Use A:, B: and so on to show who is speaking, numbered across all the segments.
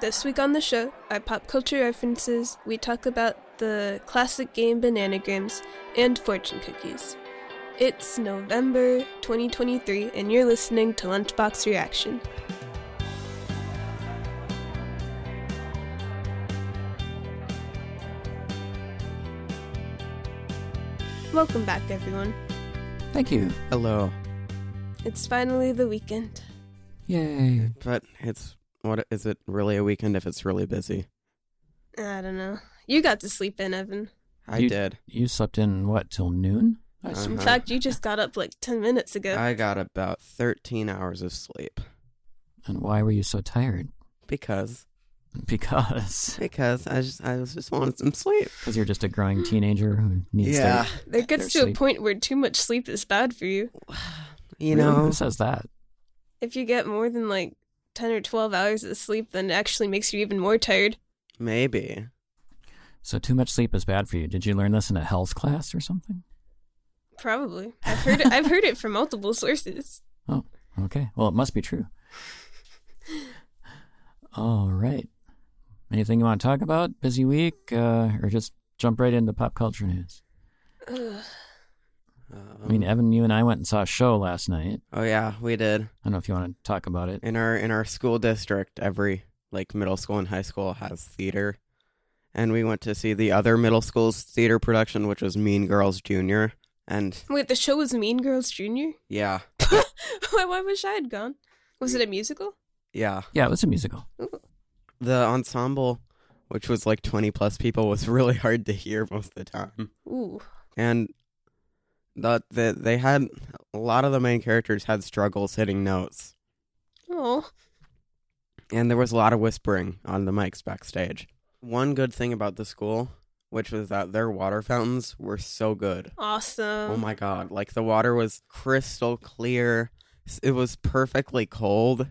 A: This week on the show, our pop culture references, we talk about the classic game Bananagrams and fortune cookies. It's November 2023, and you're listening to Lunchbox Reaction. Welcome back, everyone.
B: Thank you.
C: Hello.
A: It's finally the weekend.
B: Yay.
C: But it's what is it really a weekend if it's really busy?
A: I don't know. You got to sleep in, Evan.
C: I
B: You-
C: did.
B: You slept in what till noon? I
C: Uh-huh.
B: s-
A: In fact, you just got up like 10 minutes ago.
C: I got about 13 hours of sleep
B: And why were you so tired?
C: because
B: Because
C: because I just I was just wanted some sleep.
B: because you're just a growing teenager who needs sleep.
A: There gets
B: Their
A: to
B: sleep.
A: a point where too much sleep is bad for you.
B: Really?
C: You know.
B: who says that?
A: If you get more than like 10 or 12 hours of sleep, then it actually makes you even more tired.
C: Maybe.
B: So too much sleep is bad for you. Did you learn this in a health class or something?
A: Probably. I've heard it, I've heard it from multiple sources.
B: Oh, okay. Well, it must be true. All right. Anything you want to talk about? Busy week, uh, or just jump right into pop culture news?
C: Um,
B: I mean, Evan, you and I went and saw a show last night.
C: oh yeah, we did.
B: I don't know if you want to talk about it.
C: In our in our school district, every like middle school and high school has theater. And we went to see the other middle school's theater production, which was Mean Girls Junior. And
A: Wait, the show was Mean Girls Junior?
C: yeah,
A: Why why wish I had gone? Was it a musical?
C: yeah.
B: Yeah, it was a musical.
C: The ensemble, which was like twenty plus people, was really hard to hear most of the time.
A: Ooh.
C: and that the, they had a lot of the main characters had struggles hitting notes
A: Oh.
C: and there was a lot of whispering on the mics backstage one good thing about the school which was that their water fountains were so good
A: Awesome.
C: oh my god like the water was crystal clear S- it was perfectly cold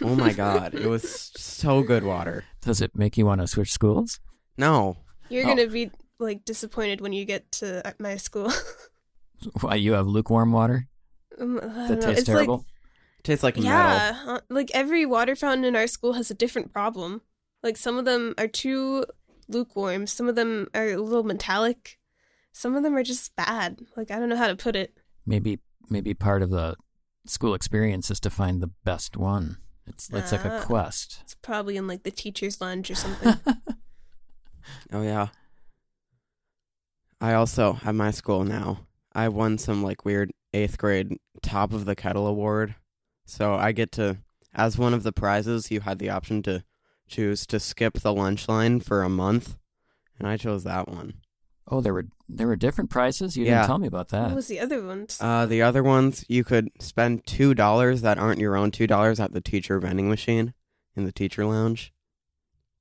C: oh my god it was so good water
B: Does it make you want to switch schools?
C: no
A: You're
B: Oh.
A: going to be like disappointed when you get to uh, my school.
B: Why you have lukewarm water
A: Um, I
B: that
A: don't know.
B: tastes
A: It's like-
B: terrible?
C: tastes like metal
A: Yeah, uh, like every water fountain in our school has a different problem. Like some of them are too lukewarm, some of them are a little metallic, some of them are just bad. Like I don't know how to put it.
B: maybe maybe part of the school experience is to find the best one. It's it's like a
A: Ah.
B: quest.
A: It's probably in like the teacher's lounge or something.
C: Oh yeah. I also at my school now. I won some like weird eighth grade top of the kettle award. So I get to as one of the prizes you had the option to choose to skip the lunch line for a month. And I chose that one.
B: Oh, there were there were different prices. You
C: Yeah.
B: didn't tell me about
A: what
B: that.
A: was the other ones?
C: Uh, the other ones you could spend two dollars that aren't your own two dollars at the teacher vending machine in the teacher lounge.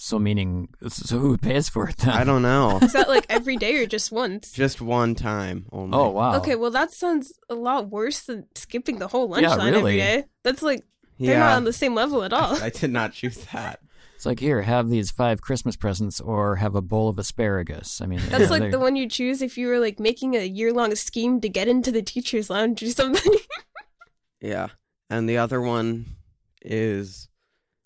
B: So meaning, so who pays for it then?
C: I don't know.
A: Is that like every day or just once?
C: Just one time only.
B: Oh wow.
A: Okay, well that sounds a lot worse than skipping the whole lunch
B: Yeah,
A: line every
B: really.
A: day. That's like they're
C: yeah.
A: not on the same level at all.
C: I did not choose that.
B: It's like here, have these five Christmas presents, or have a bowl of asparagus. I mean, you
A: That's
B: know,
A: like
B: they're-
A: the one you choose if you were like making a year long scheme to get into the teacher's lounge or something.
C: Yeah. And the other one is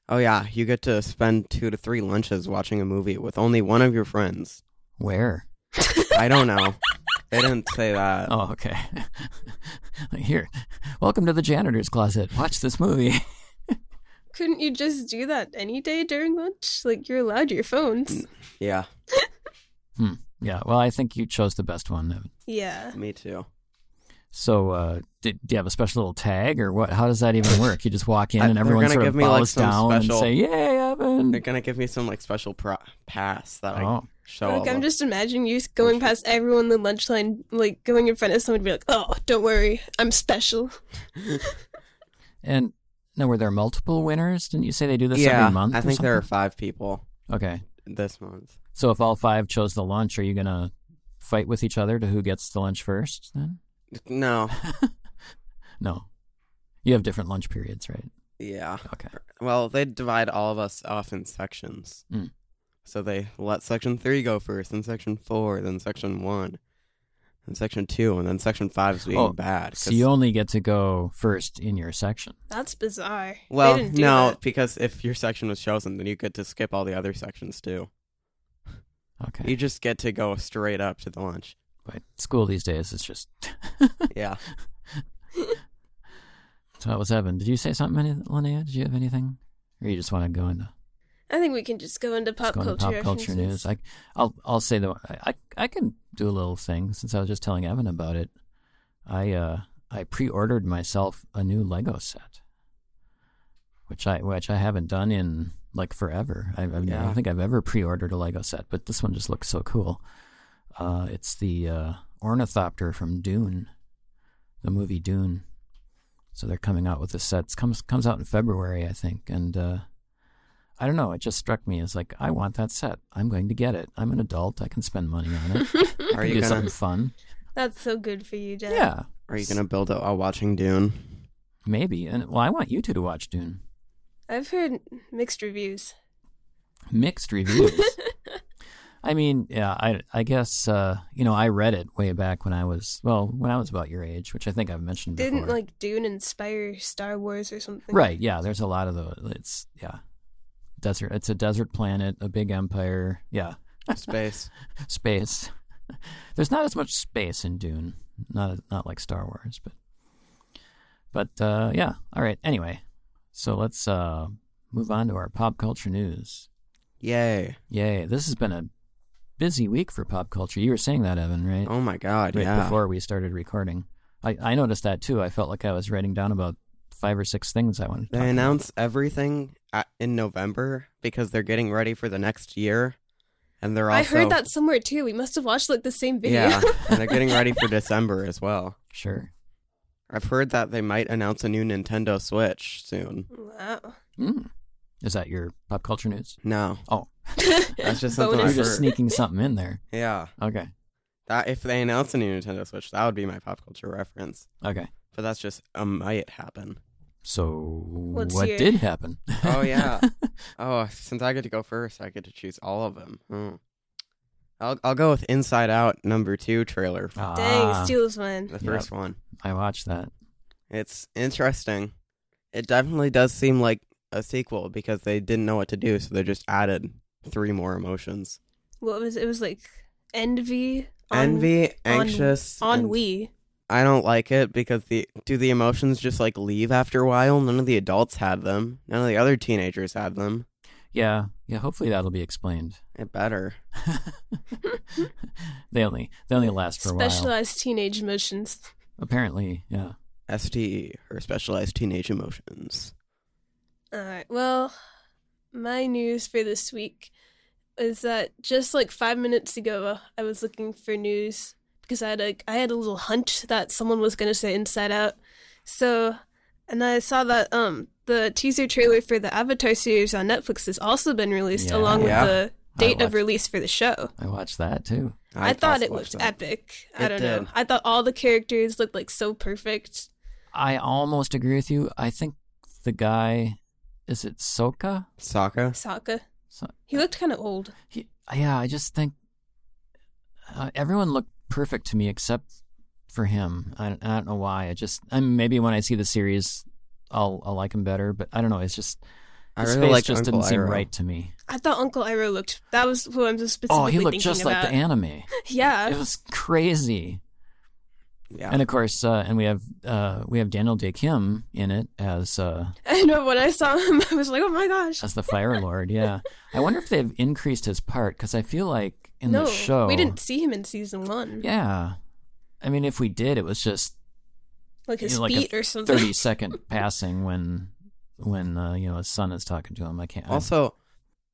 C: oh yeah, you get to spend 2 to 3 lunches watching a movie with only one of your friends.
B: Where?
C: I don't know. they didn't say that.
B: Oh, okay. here, welcome to the janitor's closet. Watch this movie.
A: Couldn't you just do that any day during lunch? Like you're allowed your
B: Mm.
A: phones.
C: Yeah,
B: Hmm. Yeah. Well, I think you chose the best one. Evan.
A: Yeah.
C: me too.
B: So, uh, did, do you have a special little tag, or what? How does that even work? You just walk in,
C: I-
B: and
C: they're
B: everyone
C: gonna
B: sort
C: give
B: of
C: me, like,
B: bows
C: some
B: down
C: special-
B: and say, "Yay, Evan!"
C: They're going to give me some like special pro- pass that I
B: Oh.
C: show
A: like
C: all
A: I'm
C: of-
A: just imagining you going past everyone in the lunch line, like going in front of someone, and be like, "Oh, don't worry, I'm special."
B: And now, were there multiple winners? Didn't you say they do this
C: Yeah,
B: every month?
C: I
B: or
C: think there are
B: something?
C: 5 people
B: Okay,
C: this month.
B: so if all five chose the lunch, are you gonna fight with each other to who gets the lunch first? Then
C: No.
B: no, you have different lunch periods, right?
C: Yeah.
B: Okay.
C: Well, they divide all of us off in sections.
B: Mm.
C: So they let section 3 go first, then section 4, then section 1. and section two, and then section five is being
B: Oh,
C: bad. 'cause-
B: So you only get to go first in your section.
A: That's bizarre. They
C: well,
A: didn't do
C: no,
A: that.
C: because if your section was chosen, then you get to skip all the other sections too.
B: Okay.
C: You just get to go straight up to the lunch.
B: but school these days is just
C: Yeah.
B: so that was Evan. Did you say something, Lin- Linnea? Did you have anything? Or you just want to go into
A: I think we can just go into pop
B: just go into
A: culture.
B: pop culture
A: references.
B: news? I, I'll I'll say the I I- I can do a little thing since I was just telling Evan about it. I uh I pre-ordered myself a new Lego set, which I which I haven't done in like forever. I, I've, I
C: Yeah.
B: don't think I've ever pre-ordered a Lego set, but this one just looks so cool. Uh, it's the uh, ornithopter from Dune, the movie Dune. So they're coming out with this set. It comes comes out in February, I think, and uh, I don't know. It just struck me as like I want that set. I'm going to get it. I'm an adult. I can spend money on it. I
C: Are
B: can
C: you
B: do
C: gonna
B: something fun?
A: That's so good for you, Dad.
B: Yeah.
C: Are you gonna build it while watching Dune?
B: Maybe. And well, I want you two to watch Dune.
A: I've heard mixed reviews.
B: Mixed reviews. I mean, yeah, I I guess uh, you know I read it way back when I was well when I was about your age, which I think I've mentioned before.
A: Didn't like Dune inspire Star Wars or something?
B: Right. Yeah. There's a lot of the. It's yeah. Desert. It's a desert planet, a big empire. Yeah.
C: Space.
B: Space. there's not as much space in Dune. Not not like Star Wars, but but uh, yeah. All right. Anyway, so let's uh, move on to our pop culture news.
C: Yay.
B: Yay! This has been a busy week for pop culture. You were saying that, Evan, right?
C: Oh my god,
B: right
C: yeah.
B: before we started recording. I, I noticed that too. I felt like I was writing down about five or six things I wanted to talk
C: They announce everything at, in November because they're getting ready for the next year, and they're also
A: I heard that somewhere too. We must have watched like the same video.
C: yeah, and they're getting ready for December as well.
B: about. Sure.
C: I've heard that they might announce a new Nintendo Switch soon.
A: wow.
B: Mm. Is that your pop culture news?
C: No,
B: Oh,
C: that's just something
B: you're
A: Bonus.
C: I've
B: just
C: heard.
B: sneaking something in there.
C: Yeah,
B: Okay.
C: that if they announce a new Nintendo Switch, that would be my pop culture reference.
B: Okay.
C: But that's just a might happen.
B: So
A: Let's
B: what
A: hear it.
B: did happen?
C: Oh yeah. oh, since I get to go first, I get to choose all of them. Hmm. I'll I'll go with Inside Out number two trailer,
A: Dang,
B: Ah,
A: Steel's one.
C: the first one.
B: I watched that.
C: It's interesting. It definitely does seem like a sequel because they didn't know what to do, so they just added three more emotions:
A: What was it? Was like envy, on-
C: envy, anxious, and-
A: ennui.
C: I don't like it because the do the emotions just like leave after a while? None of the adults had them. None of the other teenagers had them.
B: Yeah. Yeah. Hopefully that'll be explained.
C: It better.
B: they only they only last for a while.
A: Specialized teenage emotions.
B: Apparently, yeah.
C: STE E, or specialized teenage emotions.
A: All right. Well, my news for this week is that just like five minutes ago, I was looking for news because I had a I had a little hunch that someone was going to say Inside Out. So, and I saw that um the teaser trailer for the Avatar series on Netflix has also been released
B: Yeah.
A: along
C: Yeah.
A: with the date
B: I
A: of
B: watched-
A: release for the show.
B: I watched that too.
A: I, thought
C: also
A: it
C: watched
A: looked
C: that.
A: epic. I
C: It
A: don't know.
C: did.
A: I thought all the characters looked like so perfect.
B: I almost agree with you. I think the guy is it Soka?
C: Sokka.
A: Sokka,
B: So,
A: he looked kind of old.
B: he, yeah, I just think uh, everyone looked perfect to me except for him. I, don't- I don't know why. I just I mean, maybe when I see the series, I'll I'll like him better. But I don't know. It's just
C: I
B: his
C: really
B: face
C: like
B: just
C: Uncle
B: didn't seem
C: Iroh.
B: right to me.
A: I thought Uncle Iroh looked. That was who I'm specifically
B: Oh, he looked
A: thinking
B: just
A: about.
B: like the anime.
A: Yeah.
B: It was crazy.
C: Yeah.
B: And of course, uh, and we have uh, we have Daniel Day Kim in it as uh,
A: I know when I saw him, I was like, oh my gosh.
B: as the Fire Lord. Yeah, I wonder if they've increased his part because I feel like in
A: no,
B: the show
A: we didn't see him in season one.
B: Yeah, I mean, if we did, it was just
A: Like his
B: you know, like
A: feet
B: a
A: or something.
B: thirty second passing when when uh, you know his son is talking to him. I can't. I-
C: Also,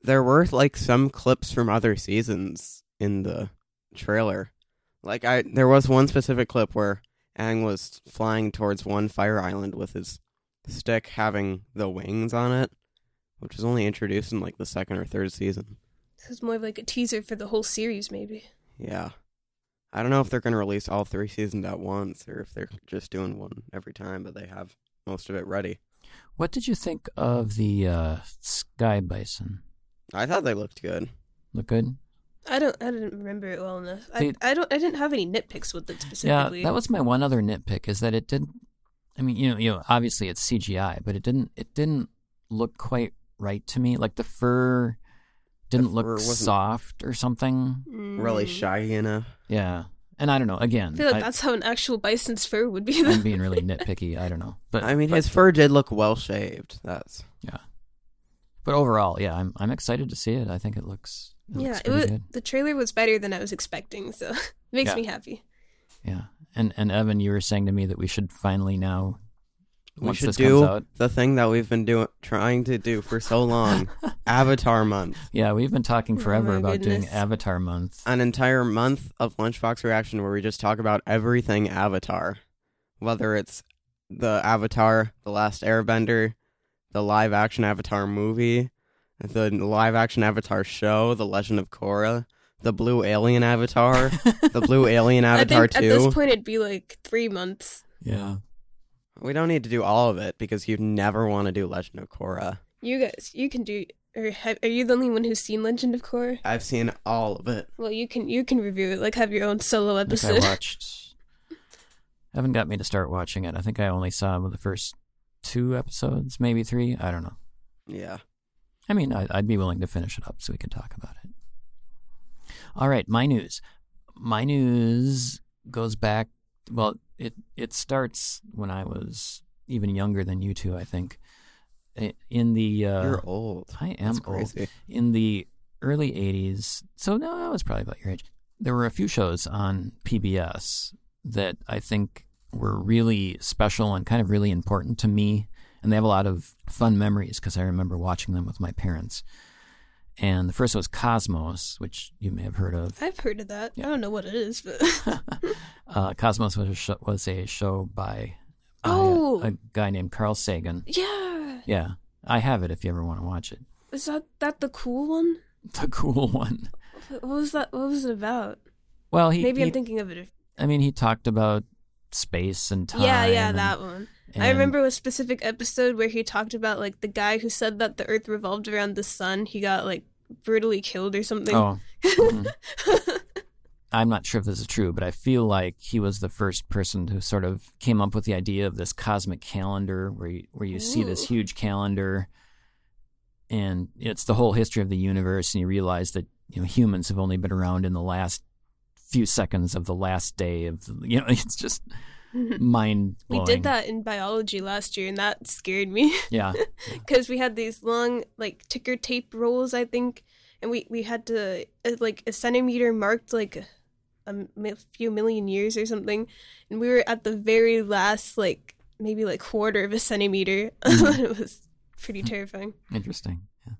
C: there were like some clips from other seasons in the trailer. Like I there was one specific clip where Aang was flying towards one fire island with his stick having the wings on it, which was only introduced in like the second or third season.
A: This is more of like a teaser for the whole series, maybe.
C: Yeah. I don't know if they're going to release all three seasons at once or if they're just doing one every time, but they have most of it ready.
B: what did you think of the uh, Sky Bison?
C: I thought they looked good.
B: Look good.
A: I don't. I didn't remember it well enough. I,
B: They-
A: I don't. I didn't have any nitpicks with it
B: Yeah,
A: specifically.
B: that was my one other nitpick is that it didn't. I mean, you know, you know, obviously it's CGI, but it didn't. It didn't look quite right to me. Like the fur didn't
C: fur
B: look
C: wasn't-
B: soft or something.
A: Mm.
C: Really shaggy enough.
B: Yeah, and I don't know. Again,
A: I feel like
B: I,
A: that's how an actual bison's fur would be.
B: am
A: Though.
B: being really nitpicky. I don't know, but
C: I mean,
B: but,
C: his fur did look well shaved. That's
B: yeah. But overall, yeah, I'm I'm excited to see it. I think it looks it
A: yeah,
B: looks
A: it
B: pretty
A: was,
B: good.
A: the trailer was better than I was expecting, so it makes
B: Yeah.
A: me happy.
B: Yeah, and and Evan, you were saying to me that we should finally now.
C: we
B: once
C: should
B: this
C: do
B: comes out,
C: the thing that we've been doing, trying to do for so long. Avatar month,
B: yeah, we've been talking
A: Oh
B: forever
A: my
B: about doing
A: goodness.
B: Avatar month.
C: an entire month of Lunchbox reaction where we just talk about everything Avatar, whether it's the Avatar, the Last Airbender, the live action Avatar movie, the live action Avatar show, the Legend of Korra, the Blue Alien Avatar, the Blue Alien Avatar
A: I think at
C: two.
A: this point it'd be like three months.
B: yeah.
C: We don't need to do all of it because you'd never want to do Legend of Korra.
A: You guys, you can do. Or have, are you the only one who's seen Legend of Korra?
C: I've seen all of it.
A: Well, you can you can review it. Like have your own solo
B: I think I
A: episode.
B: watched. Haven't got me to start watching it. I think I only saw the first two episodes, maybe three. I don't know.
C: Yeah.
B: I mean, I, I'd be willing to finish it up so we can talk about it. All right, my news. My news goes back. Well, it it starts when I was even younger than you two. I think I- in the uh,
C: You're old.
B: I am
C: That's
B: old.
C: crazy.
B: In the early 80s, so no, I was probably about your age. There were a few shows on PBS that I think were really special and kind of really important to me. And they have a lot of fun memories because I remember watching them with my parents. And the first was Cosmos, which you may have heard of.
A: I've heard of that.
B: Yeah.
A: I don't know what it is, but
B: Uh, Cosmos was a, show, was a show by by a-
A: Oh.
B: a guy named Carl Sagan.
A: yeah,
B: Yeah, I have it if you ever want to watch it.
A: is that that the cool one?
B: The cool one.
A: What was that? What was it about?
B: Well, he
A: Maybe
B: he,
A: I'm thinking of it.
B: I mean, he talked about space and time.
A: Yeah, yeah,
B: and-
A: that one. I
B: and-
A: remember a specific episode where he talked about like the guy who said that the Earth revolved around the sun. He got like brutally killed or something.
B: Oh. Mhm. I'm not sure if this is true, but I feel like he was the first person who sort of came up with the idea of this cosmic calendar, where you, where you see this
A: Ooh.
B: huge calendar, and it's the whole history of the universe, and you realize that you know humans have only been around in the last few seconds of the last day of the, you know it's just mind
A: we
B: blowing.
A: did that in biology last year, and that scared me.
B: Yeah.
A: because we had these long like ticker tape rolls i think and we we had to uh, like a centimeter marked like a m- a few million years or something and we were at the very last like maybe like quarter of a centimeter
B: Mm.
A: it was pretty terrifying
B: Interesting. Yeah.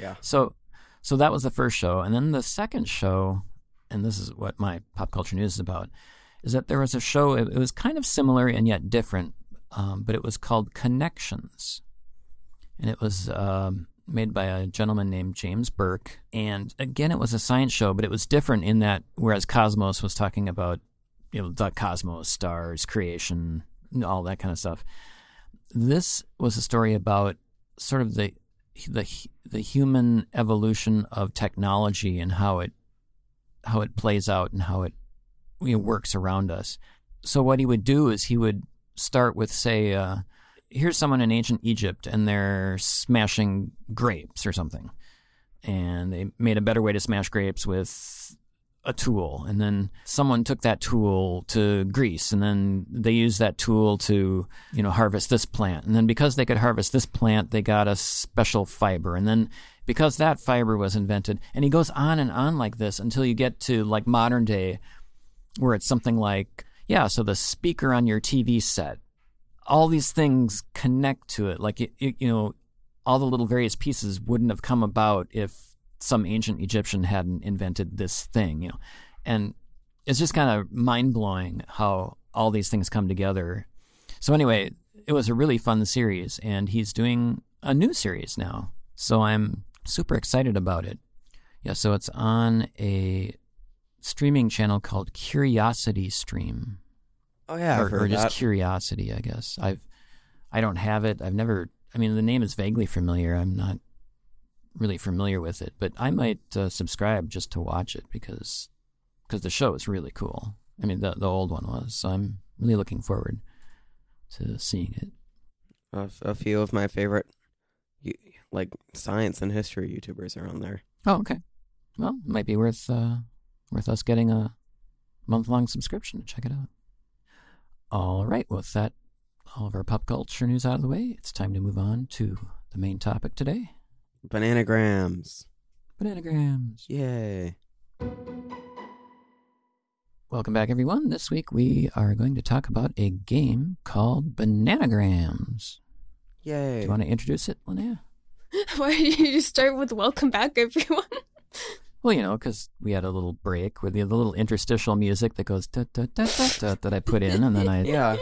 C: Yeah.
B: So, so that was the first show, and then the second show, and this is what my pop culture news is about, is that there was a show. It, it was kind of similar and yet different, um, but it was called Connections, and it was um, made by a gentleman named James Burke. And again, it was a science show, but it was different in that whereas Cosmos was talking about you know the cosmos, stars, creation, all that kind of stuff this was a story about sort of the the the human evolution of technology and how it how it plays out and how it you know, works around us. So what he would do is he would start with say, uh, here's someone in ancient Egypt and they're smashing grapes or something, and they made a better way to smash grapes with a tool and then someone took that tool to Greece and then they used that tool to you know harvest this plant and then because they could harvest this plant they got a special fiber and then because that fiber was invented and he goes on and on like this until you get to like modern day where it's something like yeah so the speaker on your TV set all these things connect to it like it, it, you know all the little various pieces wouldn't have come about if some ancient Egyptian hadn't invented this thing, you know. And it's just kind of mind blowing how all these things come together. So anyway, it was a really fun series, and he's doing a new series now. So I'm super excited about it. Yeah, so it's on a streaming channel called Curiosity Stream,
C: Oh yeah, I've
B: or, or
C: heard
B: just
C: that.
B: Curiosity, I guess. I've I don't have it. I've never. I mean, the name is vaguely familiar. I'm not really familiar with it, but I might uh, subscribe just to watch it because cause the show is really cool. I mean, the the old one was. So I'm really looking forward to seeing it.
C: A, a few of my favorite, you, like science and history YouTubers are on there.
B: Oh, okay. Well, it might be worth uh, worth us getting a month long subscription to check it out. All right, with that, all of our pop culture news out of the way, it's time to move on to the main topic today.
C: Bananagrams.
B: Bananagrams.
C: Yay.
B: Welcome back, everyone. This week we are going to talk about a game called Bananagrams. Do
C: Yay.
B: you want to introduce it, Linnea?
A: Why did you just start with welcome back, everyone?
B: Well, you know, because we had a little break with the the little interstitial music that goes da da da da da that I put in, and then I
C: yeah.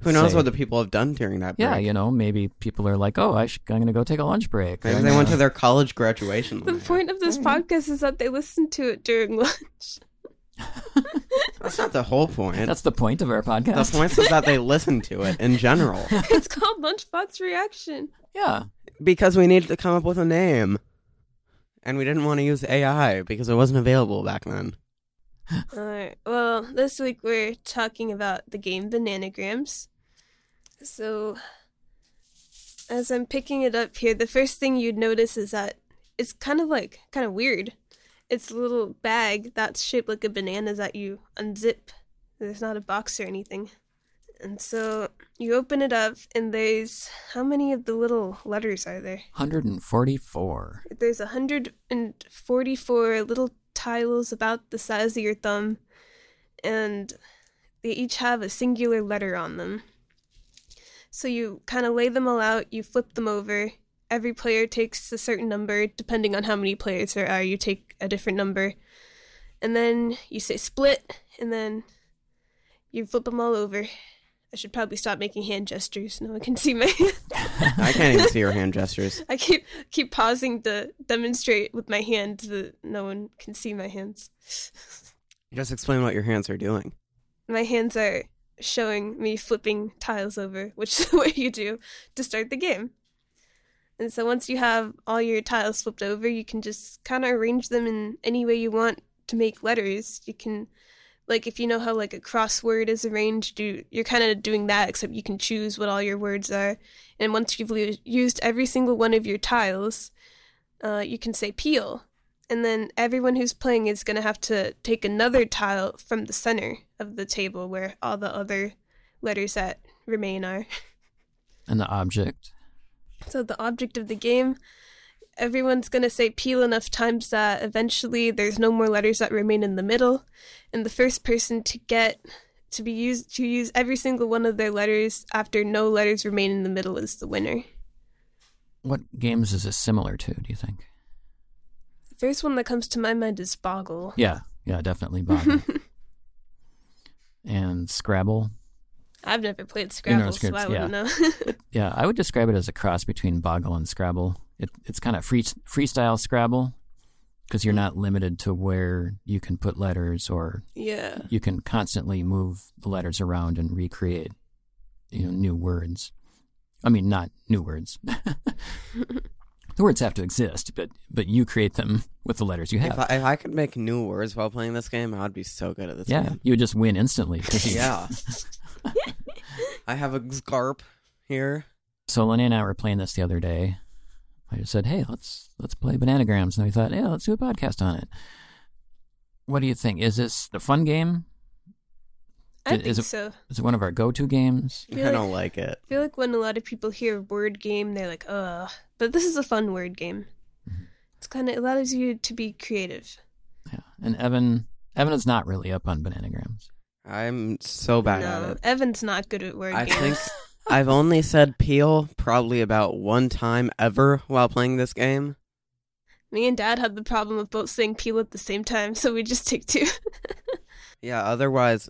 C: Who knows
B: Say-
C: what the people have done during that break?
B: yeah, you know, maybe people are like, oh, I should, I'm going to go take a lunch break.
C: Maybe
B: I'm
C: they went to
B: gonna-
C: their college graduation.
A: the
C: lineup.
A: point of this podcast is that they listen to it during lunch.
C: That's not the whole point.
B: That's the point of our
C: the
B: podcast.
C: point is that they listen to it in general.
A: it's called Lunchbox Reaction.
B: Yeah.
C: Because we needed to come up with a name. And we didn't want to use AI because it wasn't available back then.
A: All right. Well, this week we're talking about the game Bananagrams. So, as I'm picking it up here, the first thing you'd notice is that it's kind of like kind of weird. It's a little bag that's shaped like a banana that you unzip. There's not a box or anything. And so you open it up, and there's how many of the little letters are there?
B: 144.
A: There's 144 little tiles about the size of your thumb, and they each have a singular letter on them. So you kind of lay them all out, you flip them over. Every player takes a certain number, depending on how many players there are, you take a different number. And then you say split, and then you flip them all over. I should probably stop making hand gestures. No one can see my.
C: I can't even see your hand gestures.
A: I keep keep pausing to demonstrate with my hands that no one can see my hands.
C: Just explain what your hands are doing.
A: My hands are showing me flipping tiles over, which is what you do to start the game. And so once you have all your tiles flipped over, you can just kind of arrange them in any way you want to make letters. You can like if you know how like a crossword is arranged, you you're kind of doing that except you can choose what all your words are. And once you've lu- used every single one of your tiles, uh, you can say peel. And then everyone who's playing is going to have to take another tile from the center of the table where all the other letters that remain are.
B: And the object.
A: So the object of the game, everyone's going to say peel enough times that eventually there's no more letters that remain in the middle, and the first person to get to be used to use every single one of their letters after no letters remain in the middle is the winner.
B: What games is this similar to, do you think?
A: The first one that comes to my mind is Boggle.
B: Yeah. Yeah, definitely Bobby. and Scrabble.
A: I've never played
B: You
A: Scrabble,
B: know,
A: so I
B: Scrabble,
A: wouldn't know.
B: Yeah, I would describe it as a cross between Boggle and Scrabble. It, it's kind of free, freestyle Scrabble because
C: Hmm.
B: you're not limited to where you can put letters or
A: yeah.
B: you can constantly move the letters around and recreate you know new words i mean not new words the words have to exist but but you create them with the letters you
C: If
B: have
C: I, if I could make new words while playing this game, I'd be so good at this
B: yeah
C: game.
B: you would just win instantly 'cause you-
C: Yeah. I have a scarp here.
B: so lenny and i were playing this the other day i just said hey let's let's play bananagrams and we thought yeah let's do a podcast on it what do you think is this a fun game
A: I
B: Is
A: think
B: it-
A: so.
B: is it one of our go-to games
A: I feel,
C: I
A: like,
C: don't like it.
A: I feel like when a lot of people hear word game, they're like, ugh. But this is a fun word game.
C: Mm-hmm.
A: It's kind of, it allows you to be creative.
B: yeah and evan evan is not really up on bananagrams
C: I'm so bad at
A: no,
C: it.
A: Evan's not good at word
C: I
A: games.
C: think I've only said peel probably about one time ever while playing this game.
A: Me and Dad had the problem of both saying peel at the same time, so we just take two.
C: Yeah, otherwise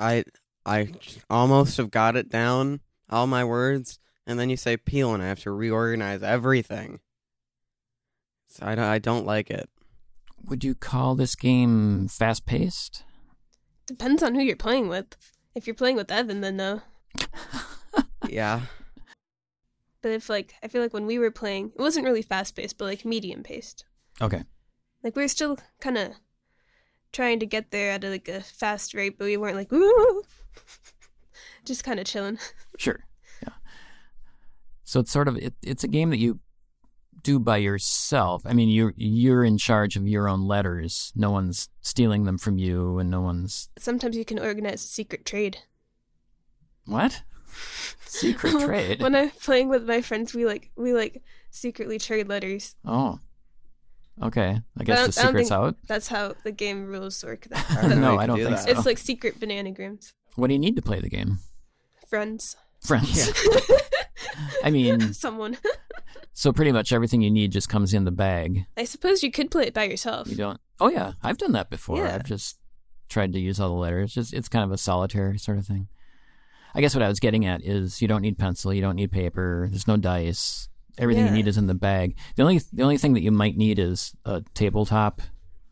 C: I I almost have got it down all my words and then you say peel and I have to reorganize everything. So I don't, I don't like it.
B: would you call this game fast paced?
A: Depends on who you're playing with. If you're playing with Evan, then no.
C: Yeah.
A: But if like I feel like when we were playing, it wasn't really fast paced, but like medium paced.
B: Okay.
A: Like we were still kind of trying to get there at a, like a fast rate, but we weren't like woo, just kind of chilling.
B: Sure. Yeah. So it's sort of it, it's a game that you do by yourself. I mean, you you're in charge of your own letters. No one's stealing them from you, and no one's
A: Sometimes you can organize a secret trade.
B: what secret trade.
A: when I'm playing with my friends, we like we like secretly trade letters.
B: Oh. Okay. I
A: don't-
B: guess the
A: I don't
B: secret's
A: think-
B: out.
A: That's how the game rules work. That,
C: I don't
B: no,
C: know you
B: I
C: can
B: don't
C: do
B: think
C: that.
B: so.
A: it's like secret bananagrams.
B: what do you need to play the game?
A: Friends,
B: Friends. I mean,
A: someone.
B: so pretty much everything you need just comes in the bag.
A: I suppose you could play it by yourself.
B: You don't. Oh yeah, I've done that before.
A: Yeah.
B: I've just tried to use all the letters. It's just it's kind of a solitary sort of thing. I guess what I was getting at is you don't need pencil, you don't need paper. There's no dice. Everything
A: Yeah.
B: you need is in the bag. The only the only thing that you might need is a tabletop,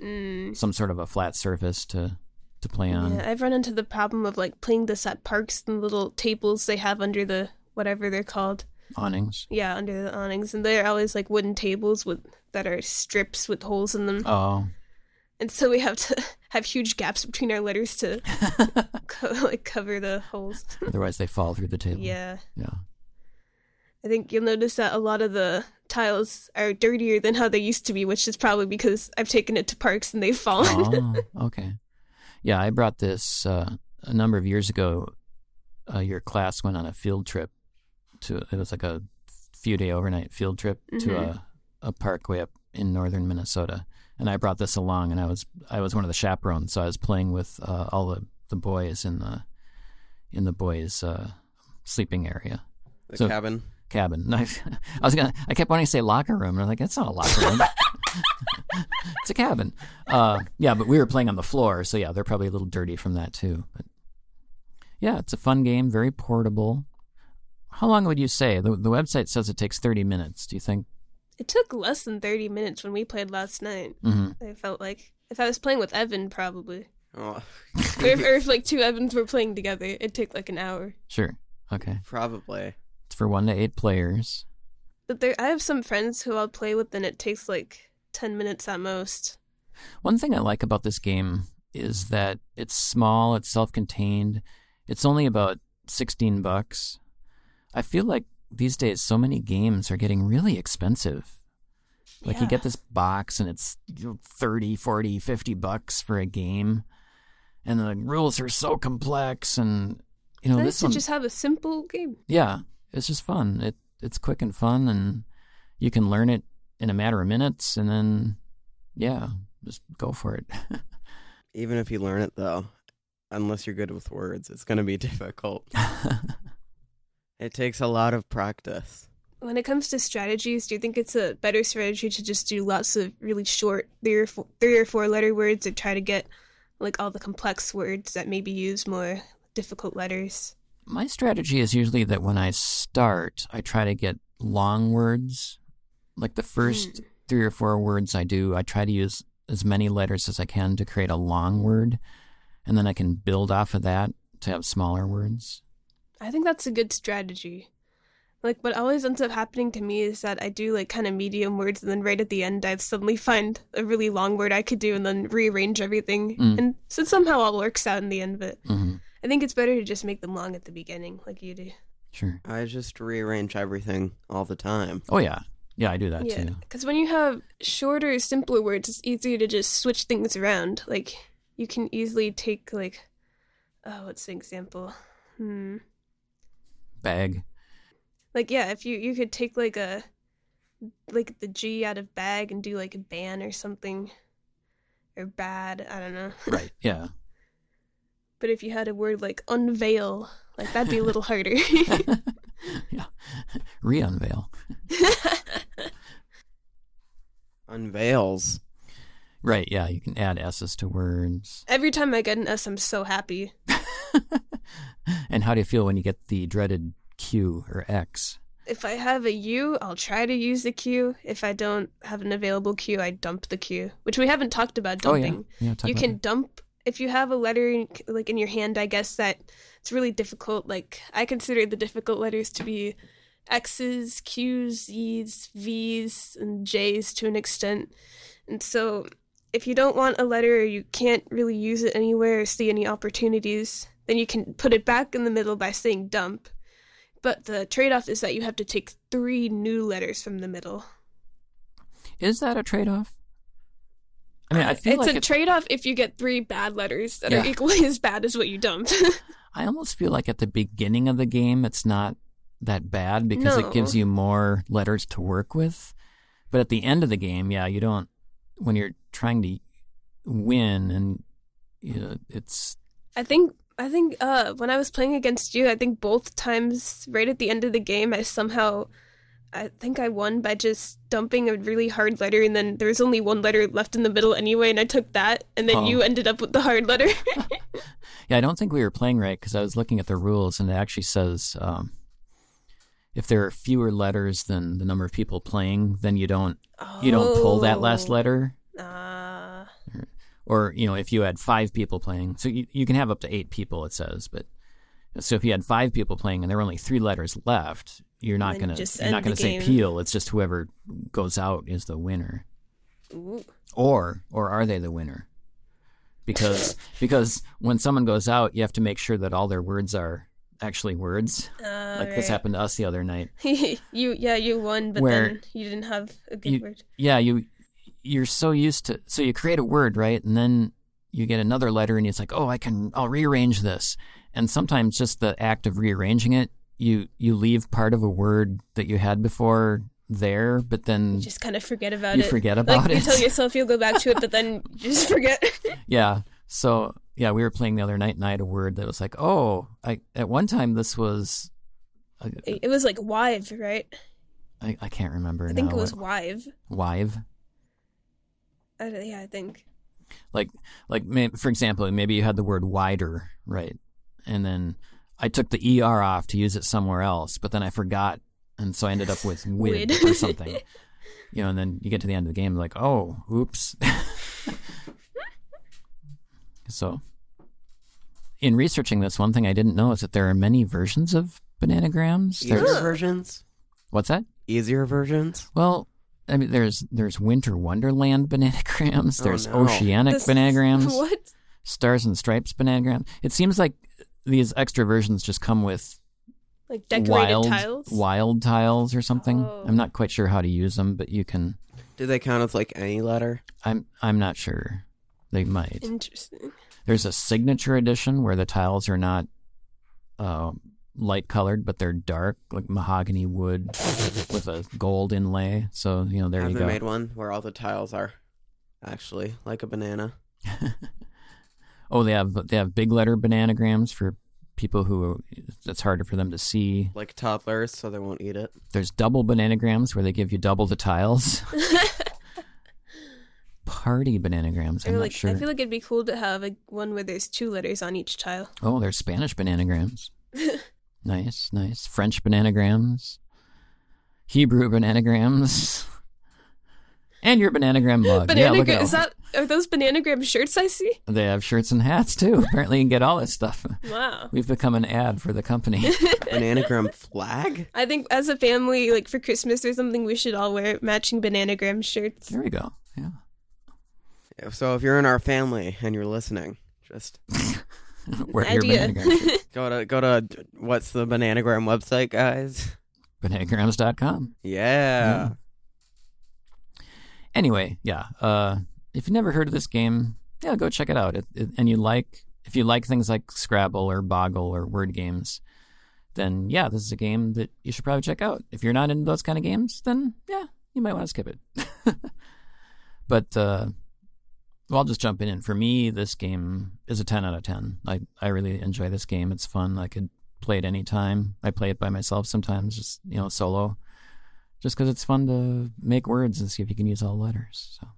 A: Mm,
B: some sort of a flat surface to to play on.
A: yeah, I've run into the problem of like playing this at parks and little tables they have under the whatever they're called.
B: Awnings.
A: Yeah, under the awnings, and they're always like wooden tables with that are strips with holes in them,
B: Oh,
A: and so we have to have huge gaps between our letters to co- like cover the holes.
B: otherwise they fall through the table.
A: Yeah.
B: Yeah.
A: I think you'll notice that a lot of the tiles are dirtier than how they used to be, which is probably because I've taken it to parks and they've fallen.
B: oh, okay. Yeah, I brought this uh, a number of years ago. Uh, your class went on a field trip to it was like a few day overnight field trip to a a park way up in northern Minnesota, and I brought this along, and I was I was one of the chaperones, so I was playing with uh, all the the boys in the in the boys' uh, sleeping area
C: The
B: So-
C: cabin.
B: cabin. I, was gonna. I kept wanting to say locker room, and I was like, "That's not a locker room. it's a cabin." Uh, yeah, but we were playing on the floor, so yeah, they're probably a little dirty from that too. But yeah, it's a fun game, very portable. How long would you say? The, the website says it takes thirty minutes. Do you think?
A: it took less than 30 minutes when we played last night.
B: hmm
A: I felt like if I was playing with Evan, probably.
C: Oh,
A: or, if, or if like two Evans were playing together, it'd take like an hour.
B: Sure. Okay.
C: probably.
B: It's for one to eight players.
A: But there, I have some friends who I'll play with and it takes like 10 minutes at most.
B: One thing I like about this game is that it's small, it's self-contained. It's only about 16 bucks. I feel like these days so many games are getting really expensive. Like you
A: Yeah.
B: get this box and it's you know, 30, 40, 50 bucks for a game. And the rules are so complex and you know
A: I
B: this
A: used to
B: one
A: just have a simple game.
B: yeah, it's just fun. It it's quick and fun, and you can learn it in a matter of minutes, and then yeah, just go for it.
C: Even if you learn it though, unless you're good with words, it's gonna be difficult. It takes a lot of practice.
A: When it comes to strategies, do you think it's a better strategy to just do lots of really short three or four, three or four letter words and try to get like all the complex words that maybe use more difficult letters?
B: My strategy is usually that when I start, I try to get long words. Like the first
A: Hmm.
B: three or four words I do, I try to use as many letters as I can to create a long word, and then I can build off of that to have smaller words.
A: I think that's a good strategy. Like what always ends up happening to me is that I do like kind of medium words and then right at the end I suddenly find a really long word I could do and then rearrange everything.
B: Mm.
A: And so it somehow all works out in the end, but
B: hmm
A: I think it's better to just make them long at the beginning like you do.
B: Sure.
C: I just rearrange everything all the time.
B: Oh yeah, yeah, I do that
A: Yeah,
B: too.
A: because when you have shorter, simpler words, it's easier to just switch things around. Like you can easily take like, oh, what's an example? Hmm.
B: Bag.
A: Like yeah, if you you could take like a like the G out of bag and do like a ban or something, or bad. I don't know.
B: Right. Yeah.
A: But if you had a word like unveil, like that'd be a little harder.
B: yeah. Re-unveil.
C: Unveils.
B: Right, yeah, you can add S's to words.
A: Every time I get an S, I'm so happy.
B: And how do you feel when you get the dreaded Q or X?
A: If I have a U, I'll try to use the Q. If I don't have an available Q, I dump the Q, which we haven't talked about dumping.
B: Oh, yeah. yeah talk
A: you
B: about
A: can
B: that.
A: dump if you have a letter in, like in your hand. I guess that it's really difficult. Like I consider the difficult letters to be X's, Q's, Z's, V's, and J's to an extent. And so, if you don't want a letter or you can't really use it anywhere or see any opportunities, then you can put it back in the middle by saying dump. But the trade off is that you have to take three new letters from the middle.
B: Is that a trade off? I mean, I feel
A: it's
B: like
A: a
B: it-
A: trade off if you get three bad letters that
B: Yeah.
A: are equally as bad as what you dumped.
B: I almost feel like at the beginning of the game, it's not that bad because
A: No.
B: it gives you more letters to work with. But at the end of the game, yeah, you don't. When you're trying to win, and you know, it's
A: I think I think uh when I was playing against you, I think both times right at the end of the game I somehow I think I won by just dumping a really hard letter and then there was only one letter left in the middle anyway and I took that and then
B: Oh.
A: you ended up with the hard letter.
B: yeah, I don't think we were playing right because I was looking at the rules, and it actually says um, if there are fewer letters than the number of people playing, then you don't you don't pull that last
A: Oh.
B: letter.
A: Uh,
B: or you know if you had five people playing so you, you can have up to eight people it says but so if you had five people playing and there were only three letters left you're not
A: Then
B: going to
A: just
B: you're
A: end
B: not
A: the
B: going to say
A: game.
B: peel it's just whoever goes out is the winner
A: ooh.
B: or or are they the winner because because when someone goes out you have to make sure that all their words are actually words
A: Uh,
B: like this happened to us the other night
A: you yeah, you won but
B: Where-
A: then you didn't have a good
B: you,
A: word.
B: yeah you you're so used to so you create a word right and then you get another letter and it's like oh i can i'll rearrange this and sometimes just the act of rearranging it you you leave part of a word that you had before there but then
A: You just kind of forget about
B: You
A: it.
B: forget
A: like,
B: about
A: You
B: it.
A: tell yourself you'll go back to it, but then you just forget.
B: yeah so yeah we were playing the other night and i had a word that was like oh i at one time this was i,
A: it was like wive, right?
B: I, I can't remember
A: I think
B: now
A: it was
B: what-
A: wive.
B: wive
A: I don't- yeah, I think.
B: like like may- for example maybe you had the word wider right and then i took the er off to use it somewhere else but then i forgot and so i ended up with
A: Wid.
B: wid or something you know and then you get to the end of the game like oh oops so in researching this one thing i didn't know is that there are many versions of bananagrams
C: Easier
B: there's
A: Yeah.
C: versions?
B: what's that
C: Easier versions?
B: well I mean, there's there's winter wonderland bananagrams.
C: Oh,
B: There's
C: no.
B: oceanic
A: This-
B: bananagrams.
A: What?
B: Stars and Stripes bananagram. It seems like these extra versions just come with
A: Like decorated
B: wild
A: tiles?
B: wild tiles or something.
A: Oh.
B: I'm not quite sure how to use them, but you can.
C: Do they count as like any letter?
B: I'm I'm not sure. They might.
A: Interesting.
B: There's a signature edition where the tiles are not uh, light colored, but they're dark, like mahogany wood with a gold inlay. So you know, there
C: I
B: you
C: haven't
B: go.
C: made one where all the tiles are actually like a banana.
B: oh, they have they have big letter bananagrams for people who it's harder for them to see.
C: Like toddlers, so they won't eat it.
B: There's double bananagrams where they give you double the tiles. Party bananagrams.
A: I
B: I'm
A: feel,
B: not
A: like,
B: sure.
A: I feel like it'd be cool to have like one where there's two letters on each tile.
B: oh, there's Spanish bananagrams. nice, nice. French bananagrams. Hebrew bananagrams. And your bananagram mug. yeah,
A: Banana
B: look at
A: is
B: all-
A: that are those bananagram shirts I see?
B: They have shirts and hats too. Apparently, you can get all this stuff.
A: Wow.
B: We've become an ad for the company.
C: Bananagram flag?
A: I think as a family, like for Christmas or something, we should all wear matching bananagram shirts.
B: there we go. Yeah.
C: So if you're in our family and you're listening, just
B: Wear
A: Idea.
B: your bananagram shirt.
C: go to go to what's the bananagram website, guys?
B: Bananagrams.com.
C: Yeah.
B: anyway, yeah. Uh, if you've never heard of this game, yeah, go check it out. It, it, and you like if you like things like Scrabble or Boggle or word games, then yeah, this is a game that you should probably check out. If you're not into those kind of games, then yeah, you might want to skip it. but uh, well, I'll just jump in. And for me, this game is a ten out of ten. I I really enjoy this game. It's fun. I could play it any time. I play it by myself sometimes, just you know, solo just because it's fun to make words and see if you can use all letters. So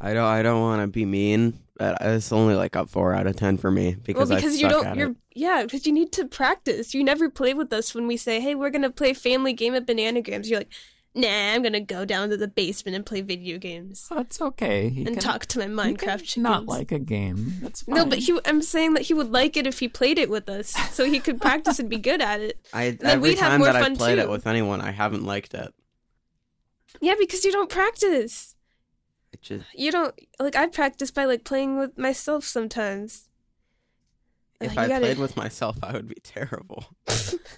C: I don't I don't want to be mean, but it's only like a 4 out of 10 for me because,
A: well, because
C: I
A: you
C: suck
A: don't,
C: at
A: you're
C: it.
A: yeah, because you need to practice. You never play with us when we say, "Hey, we're gonna play family game of bananagrams." You're like, nah, I'm gonna go down to the basement and play video games
B: That's Oh, okay. He
A: and
B: can-
A: talk to my
B: he can
A: Minecraft chickens.
B: Not like a game. That's fine.
A: No, but he, I'm saying that he would like it if he played it with us, so he could practice and be good at it.
C: I
A: then
C: every
A: we'd have
C: time
A: more
C: that
A: fun
C: I've played
A: too.
C: it with anyone, I haven't liked it.
A: Yeah, because you don't practice.
C: It just
A: You don't like. I practice by like playing with myself sometimes. Uh,
C: if
A: you
C: I
A: gotta-
C: played with myself, I would be terrible.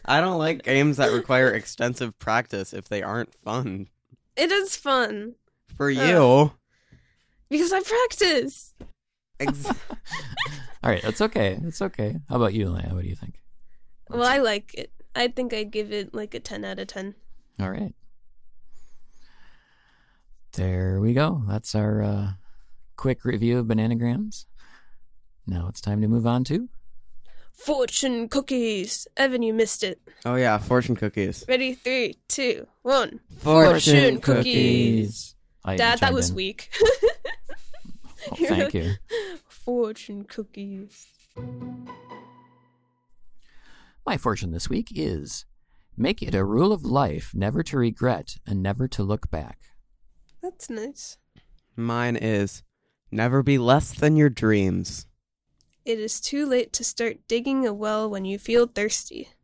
C: I don't like games that require extensive practice if they aren't fun.
A: it is fun
C: For
A: Ugh.
C: you,
A: because I practice.
C: ex-
B: All right, that's okay. That's okay. How about you, Leia? What do you think?
A: Well, I like it. I think I give it like a ten out of ten.
B: All right. There we go. That's our uh, quick review of Bananagrams. Now it's time to move on to.
A: Fortune cookies. Evan, you missed it.
C: oh yeah, fortune cookies.
A: Ready? Three, two, one.
C: Fortune
A: cookies.
B: I even
A: Dad, that
B: chimed
A: was
B: in.
A: weak.
B: Oh, thank you.
A: Fortune cookies.
B: My fortune this week is make it a rule of life never to regret and never to look back.
A: That's nice.
C: Mine is never be less than your dreams.
A: It is too late to start digging a well when you feel thirsty.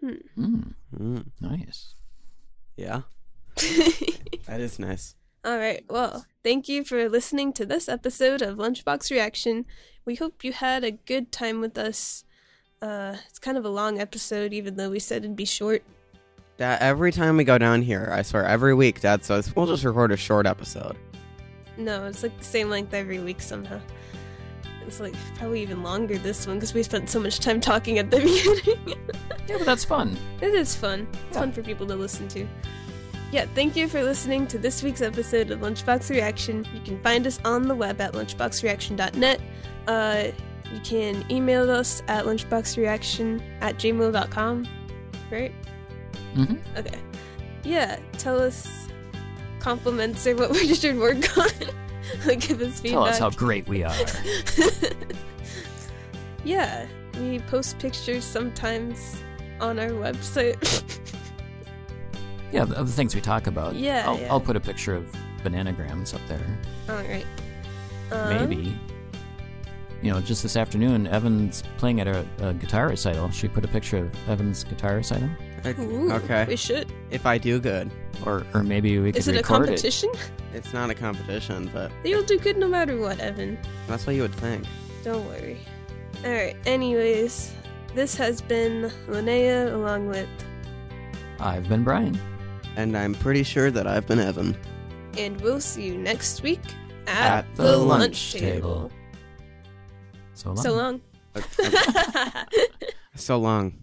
A: Hmm.
B: Mm,
C: Mm,
B: nice.
C: yeah, that is nice.
A: All right. Well, thank you for listening to this episode of Lunchbox Reaction. We hope you had a good time with us. Uh, it's kind of a long episode, even though we said it'd be short.
C: Dad, every time we go down here, I swear, every week, Dad says we'll just record a short episode.
A: No, it's like the same length every week somehow. It's like probably even longer this one because we spent so much time talking at the beginning.
B: Yeah, but that's fun.
A: It is fun. It's
B: Yeah.
A: fun for people to listen to. Yeah, thank you for listening to this week's episode of Lunchbox Reaction. You can find us on the web at lunchboxreaction.net. Uh, you can email us at lunchboxreaction at gmail.com, right?
B: hmm
A: Okay. Yeah, tell us compliments or what we should work on. Like, give us feedback.
B: Tell us how great we are.
A: yeah, we post pictures sometimes on our website.
B: yeah, the, of the things we talk about.
A: Yeah,
B: I'll,
A: yeah.
B: I'll put a picture of Bananagrams up there.
A: All right. Um,
B: Maybe. You know, just this afternoon, Evan's playing at a, a guitar recital. Should we put a picture of Evan's guitar recital?
C: I-
A: Um, Ooh,
C: okay,
A: We should.
C: if I do good,
B: Or, or maybe we could
A: Is it a
B: record
A: competition?
C: it's not a competition, but
A: You'll do good no matter what, Evan.
C: that's what you would think.
A: Don't worry. All right. Anyways, this has been Linnea along with,
B: I've been Brian.
C: And I'm pretty sure that I've been Evan.
A: and we'll see you next week
C: At the lunch
B: So long.
A: So long.
C: So long.